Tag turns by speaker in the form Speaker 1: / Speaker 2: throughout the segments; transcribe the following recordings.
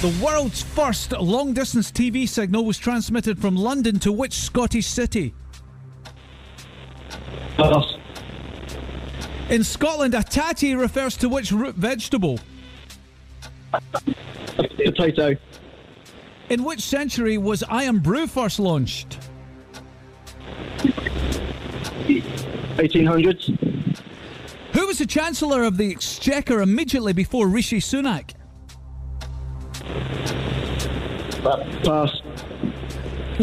Speaker 1: The world's first long distance TV signal was transmitted from London to which Scottish city?
Speaker 2: Pass.
Speaker 1: In Scotland, a tatty refers to which root vegetable?
Speaker 2: Potato.
Speaker 1: In which century was Iron Brew first launched?
Speaker 2: 1800s.
Speaker 1: Who was the Chancellor of the Exchequer immediately before Rishi Sunak?
Speaker 2: Pass.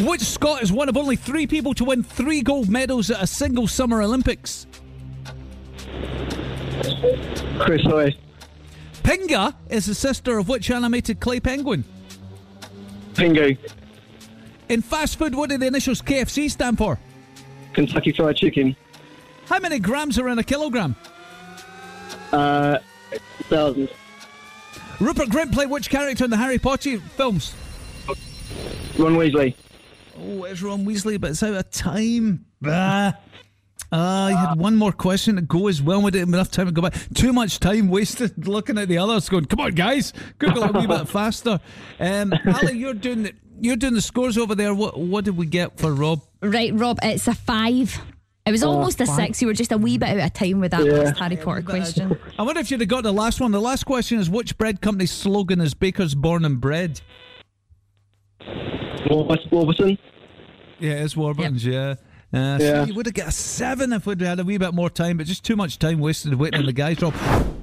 Speaker 1: Which Scot is one of only three people to win three gold medals at a single Summer Olympics?
Speaker 2: Chris Hoy.
Speaker 1: Pinga is the sister of which animated clay penguin?
Speaker 2: Pingu.
Speaker 1: In fast food, what do the initials KFC stand for?
Speaker 2: Kentucky Fried Chicken.
Speaker 1: How many grams are in a kilogram?
Speaker 2: Uh, thousand.
Speaker 1: Rupert Grint played which character in the Harry Potter films?
Speaker 2: Ron Weasley.
Speaker 1: Oh, it's Ron Weasley, but it's out of time. Bah. Ah, you had one more question to go as well. We didn't have enough time to go back. Too much time wasted looking at the others. Going, come on, guys, Google it a wee bit faster. Um, Ali, you're doing the, you're doing the scores over there. What what did we get for Rob?
Speaker 3: Right, Rob, it's a five. It was almost a six. You were just a wee bit out of time with that
Speaker 2: Yeah.
Speaker 3: last Harry Potter question.
Speaker 1: I wonder if you'd have got the last one. The last question is which bread company's slogan is "Bakers born and bred."
Speaker 2: Warburton. Warburton.
Speaker 1: Yeah, it's Warburton's. Yeah. Uh,
Speaker 2: Yeah.
Speaker 1: So you would have got a seven if we'd had a wee bit more time, but just too much time wasted waiting on the guys. Rob,